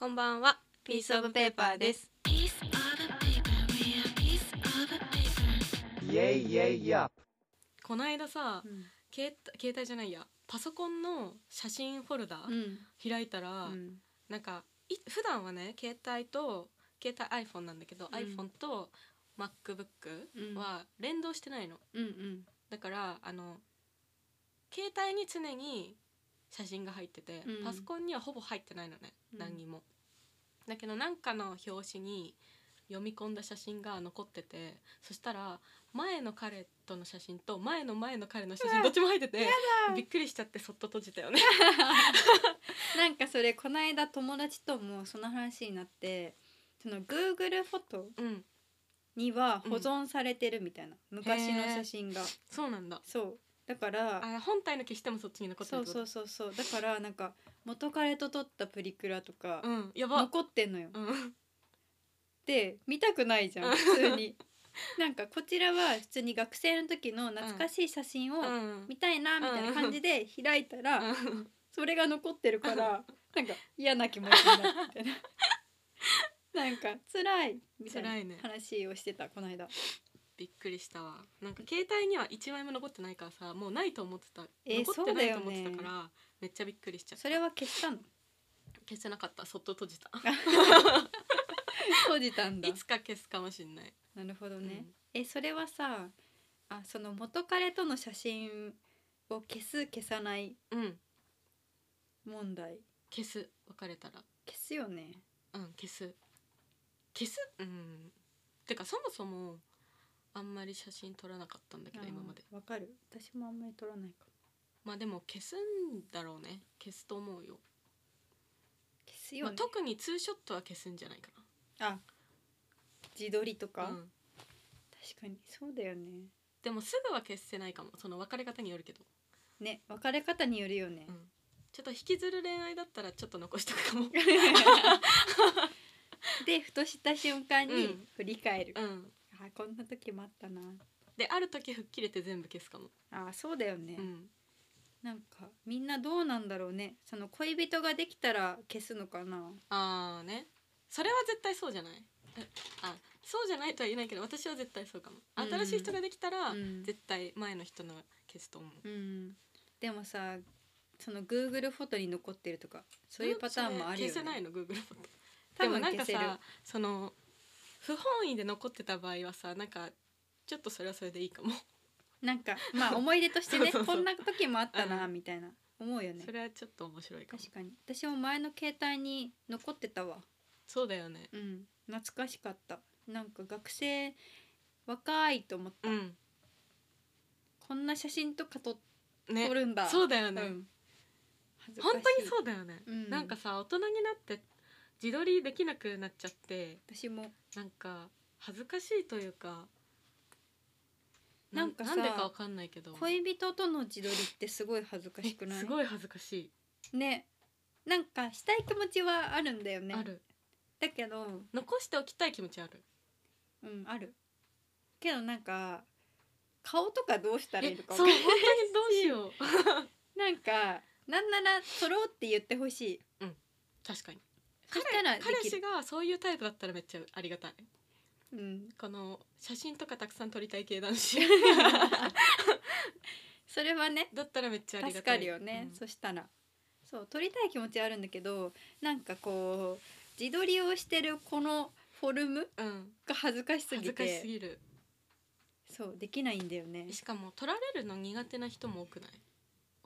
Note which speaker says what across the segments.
Speaker 1: こんばんは。
Speaker 2: ピースオブペーパーです。
Speaker 3: Piece of a paper, we are piece of a paper.
Speaker 4: Yay, yay, yup.
Speaker 1: この間さ、
Speaker 2: うん。
Speaker 1: 携帯携帯じゃないや、パソコンの写真フォルダ開いたら、
Speaker 2: うん
Speaker 1: なんかい普段はね、携帯と携帯 iPhone なんだけど、
Speaker 2: うん
Speaker 1: iPhone と MacBook は連動してないの。
Speaker 2: うん
Speaker 1: だからあの携帯に常に写真が入ってて、
Speaker 2: うん
Speaker 1: パソコンにはほぼ入ってないのね、
Speaker 2: うん
Speaker 1: 何にも。だけどなんかの表紙に読み込んだ写真が残っててそしたら前の彼との写真と前の前の彼の写
Speaker 2: う
Speaker 1: 真
Speaker 2: わ
Speaker 1: どっちも入ってて
Speaker 2: だ
Speaker 1: びっくりしちゃってそっと閉じた よね。
Speaker 2: なんかそれこの間友達ともその話になってその Google フォト
Speaker 1: うん、
Speaker 2: には保存されてるみたいな、昔の写真が
Speaker 1: そうなんだ
Speaker 2: そうだから
Speaker 1: あ本体の消してもそっちに残ってる
Speaker 2: そうそうそうそうだからなんか元彼と撮ったプリクラとか
Speaker 1: う、うん、やば、
Speaker 2: 残ってんのよ、
Speaker 1: うん、
Speaker 2: で見たくないじゃ
Speaker 1: うん
Speaker 2: ん普通になんかこちらは普通に学生の時の懐かしい写真を
Speaker 1: うん
Speaker 2: 見たいなみたいな感じで開いたら、
Speaker 1: うん
Speaker 2: それが残ってるから なんか嫌な気持ちになってみたい ななんか辛いみた
Speaker 1: 辛
Speaker 2: い
Speaker 1: いね
Speaker 2: な話をしてたこの間
Speaker 1: びっくりしたわなんか携帯には1枚も残ってないからさもうないと思ってた、
Speaker 2: えー
Speaker 1: 残ってないと思っ
Speaker 2: そうだよ
Speaker 1: て
Speaker 2: ね
Speaker 1: たから、めっちゃびっくりしちゃった
Speaker 2: それは消したの
Speaker 1: 消せなかったそっと閉じた
Speaker 2: 閉じたんだ
Speaker 1: いつか消すかもしんない、
Speaker 2: なるほど
Speaker 1: う
Speaker 2: ね
Speaker 1: ん、
Speaker 2: えそれはさあその元彼との写真を消す消さない
Speaker 1: うん
Speaker 2: 問題
Speaker 1: 消す別れたら
Speaker 2: 消すよね
Speaker 1: うん消す消すうんてかそもそもあんまり写真撮らなかったんだけど
Speaker 2: あー
Speaker 1: 今まで
Speaker 2: わかる私もあんまり撮らないかも
Speaker 1: まあでも消すんだろうね消すと思うよ
Speaker 2: 消すよ
Speaker 1: まあ
Speaker 2: ね、
Speaker 1: 特にツーショットは消すんじゃないか
Speaker 2: あ自撮りと
Speaker 1: な
Speaker 2: か、
Speaker 1: うん
Speaker 2: 確かにそうだよね
Speaker 1: でもすぐは消せないかもその別れ方によるけど
Speaker 2: ね別れ方によるよね、
Speaker 1: うんちょっと引きずる恋愛だったらちょっと残しとくかも
Speaker 2: でふとした瞬間
Speaker 1: う
Speaker 2: に
Speaker 1: ん
Speaker 2: 振り返る、
Speaker 1: うん
Speaker 2: あこんな時もあったな
Speaker 1: である時吹っ切れて全部消すかも、
Speaker 2: あそうだよね、
Speaker 1: うん、
Speaker 2: なんかみんなどうなんだろうねその恋人ができたら消すのかな
Speaker 1: ああねそれは絶対そうじゃないえあそうじゃないとは言えないけど私は絶対そうかも
Speaker 2: うん
Speaker 1: 新しい人ができたら、
Speaker 2: うん
Speaker 1: 絶対前の人の消すと思う
Speaker 2: うんでもさその Google フォトに残ってるとかそういうパターンもあるよね
Speaker 1: それ消せないの Google フォト
Speaker 2: 多
Speaker 1: でも
Speaker 2: 分
Speaker 1: なんか
Speaker 2: 消せる
Speaker 1: さその不本意で残ってた場合はさなんかちょっとそれはそれでいいかも、
Speaker 2: なんかま あ思い出としてね
Speaker 1: そうそうそう
Speaker 2: こんな時もあったな
Speaker 1: うん
Speaker 2: みたいな思うよね
Speaker 1: それはちょっと面白いかも
Speaker 2: 確かに私も前の携帯に残ってたわ
Speaker 1: そうだよね
Speaker 2: うん懐かしかったなんか学生若いと思った、
Speaker 1: うん
Speaker 2: こんな写真とか撮っ
Speaker 1: ね
Speaker 2: 撮るんだ
Speaker 1: そうだよね、
Speaker 2: うん恥ずかし
Speaker 1: 本
Speaker 2: い
Speaker 1: 当にそうだよね、
Speaker 2: うん
Speaker 1: なんかさ大人になって自撮りできなくなっちゃって
Speaker 2: 私も
Speaker 1: なんか恥ずかしいというか
Speaker 2: なんかさ
Speaker 1: なんでかわかんないけど
Speaker 2: 恋人との自撮りってすごい恥ずかしくな
Speaker 1: え
Speaker 2: い
Speaker 1: すごい恥ずかし
Speaker 2: ねなんかしたい気持ちはあるんだよ
Speaker 1: い、
Speaker 2: ね
Speaker 1: ある
Speaker 2: だけど
Speaker 1: 残しておきたい気持ちある
Speaker 2: うんあるけどなんか顔とかどうしたらいい
Speaker 1: え
Speaker 2: のかわ
Speaker 1: そ
Speaker 2: か
Speaker 1: うん本
Speaker 2: ない
Speaker 1: 当にどうし よう
Speaker 2: なんかなんなら撮ろうって言ってほしい
Speaker 1: 確かに
Speaker 2: そしたらで
Speaker 1: 彼
Speaker 2: き
Speaker 1: 氏
Speaker 2: る、
Speaker 1: がそういうタイプだったらめっちゃありがたい
Speaker 2: うん、
Speaker 1: この写真とかたくさん撮りたい系男 子
Speaker 2: それはね
Speaker 1: だったらめっちゃありが
Speaker 2: 助
Speaker 1: た
Speaker 2: か
Speaker 1: い
Speaker 2: るよね、
Speaker 1: うん
Speaker 2: そしたらそう撮りたい気持ちはあるんだけどなんかこう自撮りをしてるこのフォルム
Speaker 1: うん、
Speaker 2: が恥ずかしす
Speaker 1: 恥ず
Speaker 2: ぎ
Speaker 1: かしす
Speaker 2: て
Speaker 1: ぎる
Speaker 2: そうできないんだよね
Speaker 1: しかも撮られるの苦手な人も多くない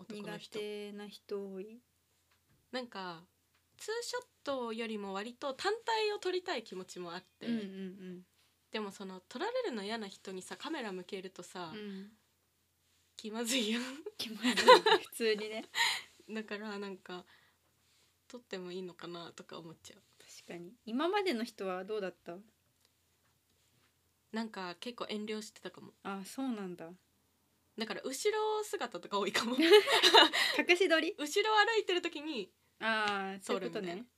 Speaker 1: 男の
Speaker 2: 苦
Speaker 1: 人
Speaker 2: 手な人多い
Speaker 1: なんかツーショットよりも割と単体を撮りたい気持ちもあって、
Speaker 2: うんうん
Speaker 1: でもその撮られるの嫌な人にさカメラ向けるとさ、
Speaker 2: うんうん
Speaker 1: 気まずいやん
Speaker 2: 気まずい普通にね
Speaker 1: だからなんか撮ってもいいのかなとか思っちゃ
Speaker 2: 確かに今までの人はどうだった
Speaker 1: うなんか結構遠慮してたかも
Speaker 2: あそうなんだ
Speaker 1: だから後ろ姿とか多いか も後
Speaker 2: 隠し撮り
Speaker 1: ろ歩いてる時に
Speaker 2: ああそういうこと
Speaker 1: 撮るみたいな
Speaker 2: ね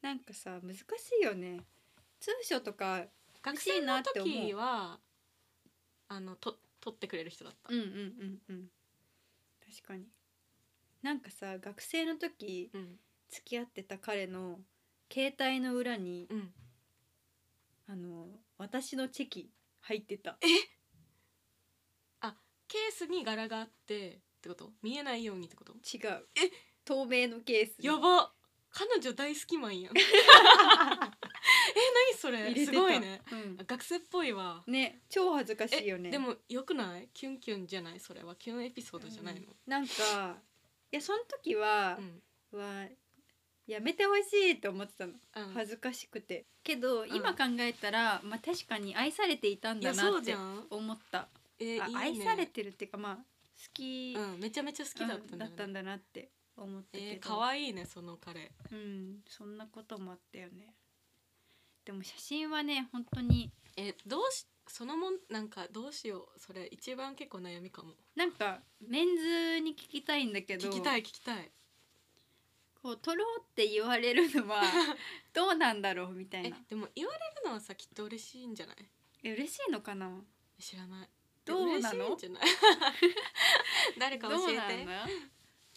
Speaker 2: なんかさ難しいよね通所とか
Speaker 1: 学
Speaker 2: しい
Speaker 1: 生
Speaker 2: な
Speaker 1: の
Speaker 2: って思う
Speaker 1: 時はあのと撮ってくれる人だった、
Speaker 2: うんうんうんうん確かになんかさ学生の時
Speaker 1: うん
Speaker 2: 付き合ってた彼の携帯の裏に
Speaker 1: うん
Speaker 2: あの私のチェキ入ってた
Speaker 1: ケースに柄があってってこと見えないようにってこと
Speaker 2: 違う透明のケースに
Speaker 1: やば彼女大好きマン やんえ何それ
Speaker 2: 入れて
Speaker 1: す
Speaker 2: た
Speaker 1: ごいね、
Speaker 2: うん
Speaker 1: あ学生っぽいわ
Speaker 2: ね超恥ずかしいよね
Speaker 1: でもよくないキュンキュンじゃないそれはキュンエピソードじゃないの
Speaker 2: うんなんかいやその時は
Speaker 1: う、ん、
Speaker 2: はやめてほしいと思ってたの
Speaker 1: うん
Speaker 2: 恥ずかしくてけど、
Speaker 1: ん
Speaker 2: 今考えたら、まあ、確かに愛されていたん
Speaker 1: い
Speaker 2: だ
Speaker 1: や
Speaker 2: な
Speaker 1: そう
Speaker 2: っ
Speaker 1: じ
Speaker 2: て
Speaker 1: ゃん
Speaker 2: 思った、
Speaker 1: えー
Speaker 2: あ
Speaker 1: いいね
Speaker 2: 愛されてるっていうかまあ好き,、
Speaker 1: うんめちゃめちゃ好きだったんだ,、
Speaker 2: うんだなって思ったけど、
Speaker 1: えー、可愛いねその彼
Speaker 2: うん、そんなこともあったよねでも写真はね本当に
Speaker 1: えーどうしそのもんなんかどうしようそれ一番結構悩みかも
Speaker 2: なんかメンズに聞きたいんだけど
Speaker 1: 聞きたい聞きたい
Speaker 2: こう撮ろうって言われる のはどうなんだろうみたい
Speaker 1: え
Speaker 2: な
Speaker 1: でも言われるのはさきっと嬉しいんじゃない
Speaker 2: え嬉しいのかな
Speaker 1: 知らない
Speaker 2: どうなの
Speaker 1: 嬉しいんじゃない 誰か教えて
Speaker 2: どうなの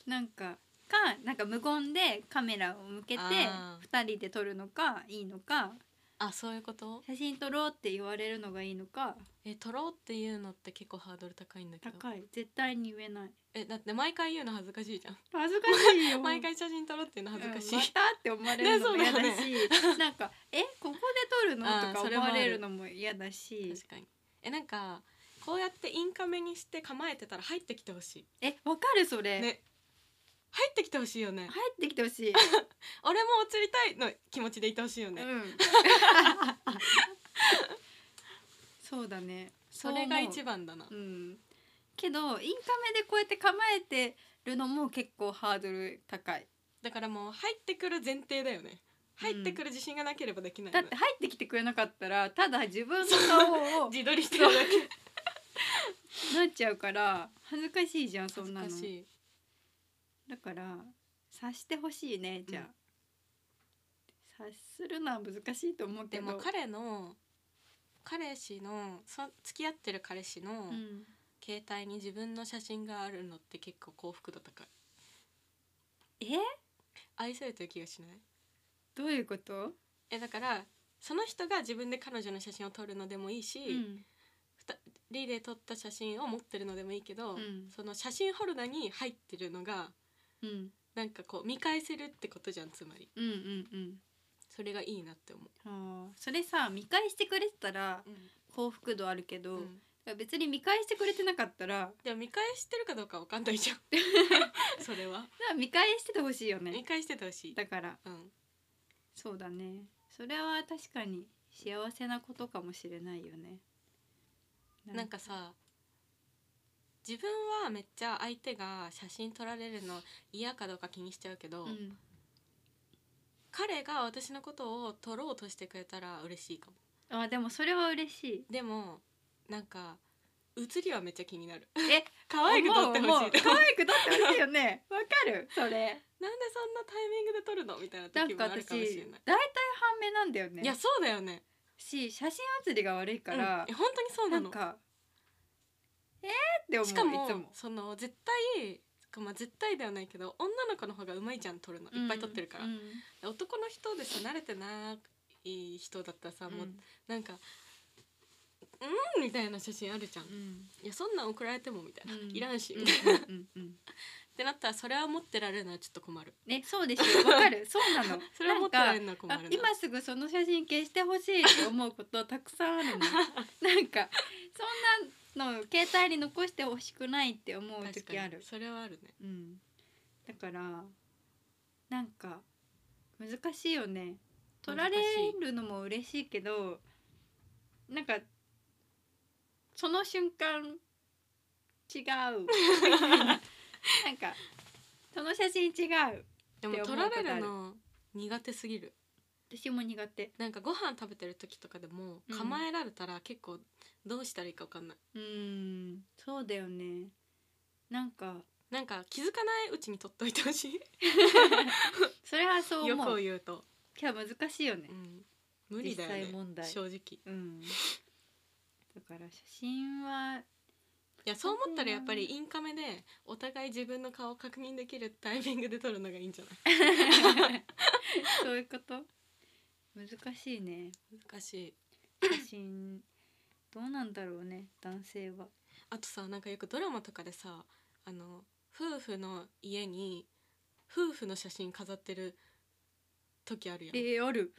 Speaker 2: なんかかなんか無言でカメラを向けて
Speaker 1: あ
Speaker 2: 2人で撮るのかいいのか
Speaker 1: あそういうこと
Speaker 2: 写真撮ろうって言われるのがいいのか
Speaker 1: え撮ろうっていうのって結構ハードル高いんだけど
Speaker 2: 高い絶対に言えない
Speaker 1: えだって毎回言うの恥ずかしいじゃん
Speaker 2: 恥ずかしいよ
Speaker 1: 毎回写真撮ろうっていうの恥ずかしい、
Speaker 2: うんまたって思われるのも嫌だし、
Speaker 1: ね
Speaker 2: なんか「えここで撮るの?」
Speaker 1: あー
Speaker 2: とか
Speaker 1: それ
Speaker 2: 思
Speaker 1: もあ
Speaker 2: わ
Speaker 1: る
Speaker 2: れるのも嫌だし
Speaker 1: 確かにえなんかこうやってインカメにして構えてたら入ってきてほし
Speaker 2: えわかるそ
Speaker 1: い
Speaker 2: れ、
Speaker 1: ね入ってきてほしいよね
Speaker 2: 入ってきてほしい、
Speaker 1: 俺も映りたいの気持ちでいてほしいよ
Speaker 2: う
Speaker 1: ね、
Speaker 2: んそうだね
Speaker 1: それが一
Speaker 2: 番
Speaker 1: 番だな
Speaker 2: うんけどインカメでこうやって構えてるのも結構ハードル高い
Speaker 1: だからもう入ってくる前提だよね
Speaker 2: うん
Speaker 1: 入ってくる自信がなければできない
Speaker 2: だ
Speaker 1: の、
Speaker 2: って入ってきてくれなかったらただ自分の顔を
Speaker 1: 自撮りしてるだけ
Speaker 2: なっちゃうから恥ずかしいじ ゃんそ
Speaker 1: 恥
Speaker 2: ん
Speaker 1: ず
Speaker 2: な
Speaker 1: か
Speaker 2: の
Speaker 1: しい
Speaker 2: だから察してほしいねじゃあ、察するのは難しいと思うけ
Speaker 1: で
Speaker 2: ど
Speaker 1: も彼の彼氏のそ付き合ってる彼氏の
Speaker 2: うん、
Speaker 1: 携帯に自分の写真があるのって結構幸福度高い
Speaker 2: え
Speaker 1: 愛されてる気がしない
Speaker 2: どういうこと、
Speaker 1: えだからその人が自分で彼女の写真を撮るのでもいいし、
Speaker 2: うん
Speaker 1: リーで撮った写真を持ってるのでもいいけど、
Speaker 2: うん
Speaker 1: その写真ホルダーに入ってるのが
Speaker 2: うん、
Speaker 1: なんかこう見返せるってことじゃんつまり
Speaker 2: うんうんうん
Speaker 1: それがいいなって思う、
Speaker 2: あーそれさ見返してくれてたら幸福度あるけど、
Speaker 1: うん
Speaker 2: 別に見返してくれてなかったらだか
Speaker 1: でも見返してるかどうかわかんない じゃんそれは
Speaker 2: ら見返しててほしいよ
Speaker 1: 見
Speaker 2: ね
Speaker 1: 返しててほしい、
Speaker 2: だから
Speaker 1: うん、
Speaker 2: そうだねそれは確かに幸せなことかもしれないよね
Speaker 1: なんかさ自分はめっちゃ相手が写真撮られるの嫌かどうか気にしちゃうけど、
Speaker 2: うん
Speaker 1: 彼が私のことを撮ろうとしてくれたら嬉しいかも
Speaker 2: あでもそれは嬉しい
Speaker 1: でもなんか写りはめっちゃ気にな る
Speaker 2: え
Speaker 1: 可愛く撮ってほしい
Speaker 2: 思う思う
Speaker 1: でも
Speaker 2: 可愛く撮ってほしいよねわかるそれ
Speaker 1: なんでそんなタイミングで撮るのみたいな
Speaker 2: な
Speaker 1: 時も
Speaker 2: んか
Speaker 1: ある
Speaker 2: 私
Speaker 1: かもしれない
Speaker 2: 大体半目なんだよね
Speaker 1: いやそうだよね
Speaker 2: し写真写りが悪いから
Speaker 1: うん、本当にそう
Speaker 2: な
Speaker 1: なの
Speaker 2: んかえーって思う
Speaker 1: しかも
Speaker 2: いつも
Speaker 1: その絶対まあ絶対ではないけど女の子の方がうまいじゃん撮るのいっぱい撮ってるから、
Speaker 2: うん
Speaker 1: 男の人でさ慣れてない人だったらさ、
Speaker 2: うん
Speaker 1: もうなんか「うん」みたいな写真あるじゃん、
Speaker 2: う
Speaker 1: い
Speaker 2: ん
Speaker 1: やそんなん送られてもみたいな、
Speaker 2: うん
Speaker 1: いらんし、
Speaker 2: うん
Speaker 1: みたいな
Speaker 2: うんうんうん
Speaker 1: ってなったらそれは持ってられるのはちょっと困る
Speaker 2: ねそうでしょわかるそうなの
Speaker 1: それは持ってられ
Speaker 2: なん
Speaker 1: る
Speaker 2: か
Speaker 1: のは困
Speaker 2: あ
Speaker 1: るな
Speaker 2: 今すぐその写真消してほしいって思うことたくさん あるのなんかそんなの携帯に残してほしくないって思う
Speaker 1: 確
Speaker 2: 時
Speaker 1: か
Speaker 2: あ
Speaker 1: に
Speaker 2: る
Speaker 1: それはあるね
Speaker 2: うん、だからなんか難しいよね取られるのも嬉しいけどなんかその瞬間違 うなんかその写真違う
Speaker 1: で
Speaker 2: って
Speaker 1: も
Speaker 2: 思
Speaker 1: 撮
Speaker 2: う
Speaker 1: ら
Speaker 2: ことある
Speaker 1: れるの苦手すぎる
Speaker 2: 私も苦手
Speaker 1: なんかご飯食べてる時とかでも
Speaker 2: うん
Speaker 1: 構えられたら結構どうしたらいいか分かんない、
Speaker 2: うんそうだよねなんか
Speaker 1: なんか気づかないうちに撮っといてほしい
Speaker 2: それはそう
Speaker 1: よ
Speaker 2: 思
Speaker 1: く
Speaker 2: う
Speaker 1: 言うと、
Speaker 2: 今日難しいよね
Speaker 1: うん、無理だよ
Speaker 2: 実
Speaker 1: ね
Speaker 2: 際問題
Speaker 1: 正直
Speaker 2: うん、だから写真は
Speaker 1: いやそう思ったらやっぱりインカメでお互い自分の顔を確認できるタイミングで撮るのがいいんじゃない
Speaker 2: そういうこと難しいね
Speaker 1: 難しい
Speaker 2: 写真どうなんだろうね男性は
Speaker 1: あとさなんかよくドラマとかでさあの夫婦の家に夫婦の写真飾ってる時あるやん
Speaker 2: えー、ある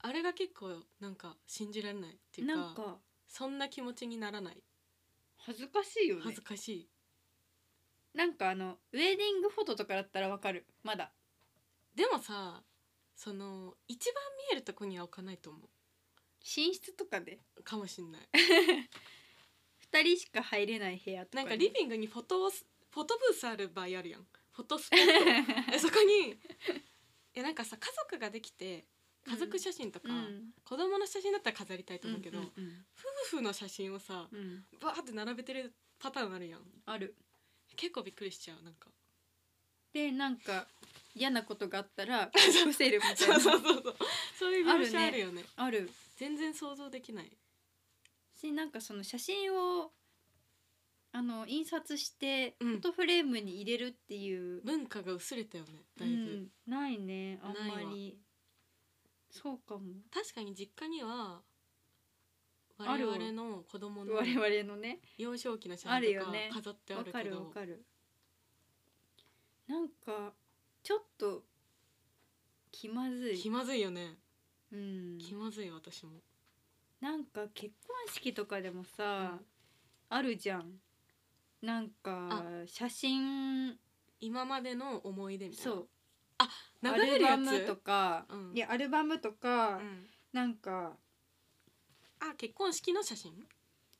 Speaker 1: あれが結構なんか信じられないっていうか
Speaker 2: なんか
Speaker 1: そんな気持ちにならない
Speaker 2: 恥ずかしいよね
Speaker 1: 恥ずかしい
Speaker 2: なんかあのウェディングフォトとかだったらわかるまだ
Speaker 1: でもさその一番見えるとこには置かないと思
Speaker 2: 寝室とかで
Speaker 1: うかもしんない
Speaker 2: 2人しか入れない部屋とか
Speaker 1: な
Speaker 2: に
Speaker 1: んかリビングにフォトスフォトブースある場合あるやんフォトスポットえそこにえなんかさ家族ができて家族写真とか、
Speaker 2: うん
Speaker 1: 子供の写真だったら飾りたいと思うけど、
Speaker 2: うんうん
Speaker 1: 夫婦の写真をさ
Speaker 2: うんうん
Speaker 1: バーって並べてるパターンあるやん
Speaker 2: ある
Speaker 1: 結構びっくりしちゃうなんか
Speaker 2: でなんか嫌なことがあったら伏せるみた い
Speaker 1: そうそ
Speaker 2: な
Speaker 1: うそうそうそういう描写あるよね
Speaker 2: ある
Speaker 1: 全然想像できない
Speaker 2: しなんかその写真をあの印刷して
Speaker 1: うん
Speaker 2: フォトフレームに入れるっていう、
Speaker 1: 文化が薄れたよねだいぶ、
Speaker 2: うんないねあんま
Speaker 1: ない
Speaker 2: りそうかも
Speaker 1: 確かに実家には
Speaker 2: あ
Speaker 1: 我
Speaker 2: るわ
Speaker 1: 々の子供の
Speaker 2: 我々のね
Speaker 1: 幼少期の写
Speaker 2: ある
Speaker 1: 真と
Speaker 2: よ
Speaker 1: か
Speaker 2: ね
Speaker 1: 飾ってあ
Speaker 2: わ
Speaker 1: る
Speaker 2: か
Speaker 1: け
Speaker 2: る
Speaker 1: ど
Speaker 2: わかるなんかちょっと気まず
Speaker 1: 気
Speaker 2: い、
Speaker 1: まずいよね
Speaker 2: うん、
Speaker 1: 気まずい私も
Speaker 2: なんか結婚式とかでもさ、あるじゃんなんか写真
Speaker 1: 今までの思い出みたいな
Speaker 2: そう
Speaker 1: 流
Speaker 2: ア
Speaker 1: れ
Speaker 2: ル
Speaker 1: る
Speaker 2: バ
Speaker 1: や
Speaker 2: ム
Speaker 1: つ
Speaker 2: とか、
Speaker 1: うん
Speaker 2: いやアルバムとか、
Speaker 1: うん
Speaker 2: なんか
Speaker 1: あ結婚式の写真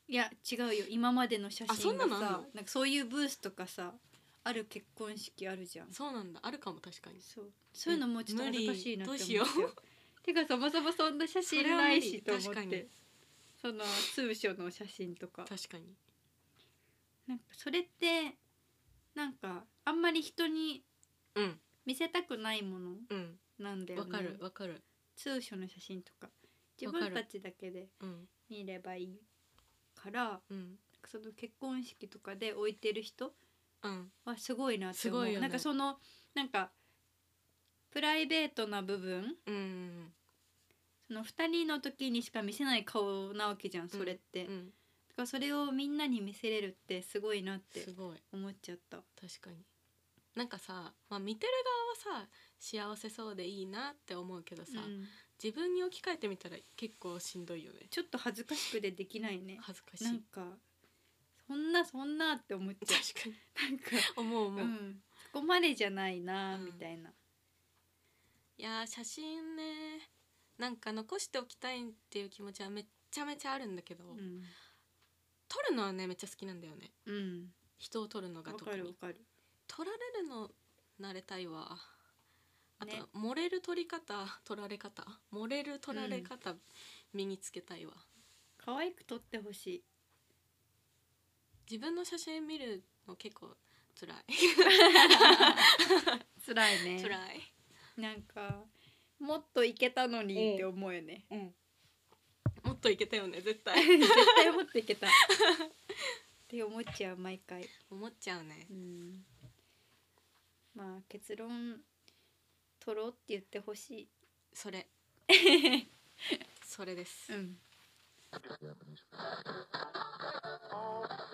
Speaker 2: いや違うよ今までの写
Speaker 1: あそ
Speaker 2: 真
Speaker 1: ん
Speaker 2: が
Speaker 1: な
Speaker 2: さ
Speaker 1: のあんの
Speaker 2: なんかそういうブースとかさある結婚式あるじゃん
Speaker 1: そうなんだあるかも確かに
Speaker 2: そうそういうのもうちょっと恥ずかしいなって思っちゃ
Speaker 1: 無理どうしよ
Speaker 2: うてかそもそもそんな
Speaker 1: そ
Speaker 2: 写真
Speaker 1: れは無
Speaker 2: ない
Speaker 1: 理
Speaker 2: しと思っ
Speaker 1: 確か
Speaker 2: て
Speaker 1: に
Speaker 2: その通所の写真とか
Speaker 1: 確かに
Speaker 2: なんかそれってなんかあんまり人に
Speaker 1: うん
Speaker 2: 見せたくないもの
Speaker 1: うん
Speaker 2: なんだよ
Speaker 1: わ
Speaker 2: ね
Speaker 1: かるわかる
Speaker 2: 通所の写真とか自
Speaker 1: わか
Speaker 2: 分
Speaker 1: る
Speaker 2: たちだけで
Speaker 1: うん
Speaker 2: 見ればいいから
Speaker 1: うん
Speaker 2: その結婚式とかで置いてる人
Speaker 1: うん
Speaker 2: はすごいなって思う、
Speaker 1: すごいよね
Speaker 2: なんかそのなんかプライベートな部分
Speaker 1: うんうん
Speaker 2: その2人の時にしか見せない顔なわけじゃんそれって、
Speaker 1: うんうん
Speaker 2: だからそれをみんなに見せれるってすごいなって
Speaker 1: すごい
Speaker 2: 思っちゃった
Speaker 1: 確かになんかさ、まあ、見てる側はさ幸せそうでいいなって思うけどさ、
Speaker 2: うん
Speaker 1: 自分に置き換えてみたら結構しんどいよね
Speaker 2: ちょっと恥ずかしくてできないね
Speaker 1: 恥ずかしい
Speaker 2: なんかそんなそんなって思っちゃ
Speaker 1: 確かに
Speaker 2: うなんか、
Speaker 1: 思う思う、
Speaker 2: うん、そこまでじゃないな
Speaker 1: うん
Speaker 2: みたいな、
Speaker 1: いやー写真ねなんか残しておきたいっていう気持ちはめっちゃめちゃあるんだけど、
Speaker 2: うん
Speaker 1: 撮るのはねめっちゃ好きなんだよね
Speaker 2: うん、
Speaker 1: 人を撮るのが
Speaker 2: わ
Speaker 1: 特
Speaker 2: かるわ
Speaker 1: に
Speaker 2: かる
Speaker 1: 撮られるの慣れたいわあと、
Speaker 2: ね
Speaker 1: 盛れる撮り方撮られ方盛れる撮られ方、身につけたいわ
Speaker 2: 可愛く撮ってほしい
Speaker 1: 自分の写真見るの結構辛い
Speaker 2: 辛いね
Speaker 1: 辛い、
Speaker 2: なんかもっといけたのにって思うよね、
Speaker 1: もっといけたよね絶対
Speaker 2: 絶対もっといけたって思っちゃう毎回、
Speaker 1: 思っちゃうね
Speaker 2: うん、まあ結論取ろうって言ってほし
Speaker 1: そ れそれです
Speaker 2: い、うん、
Speaker 3: All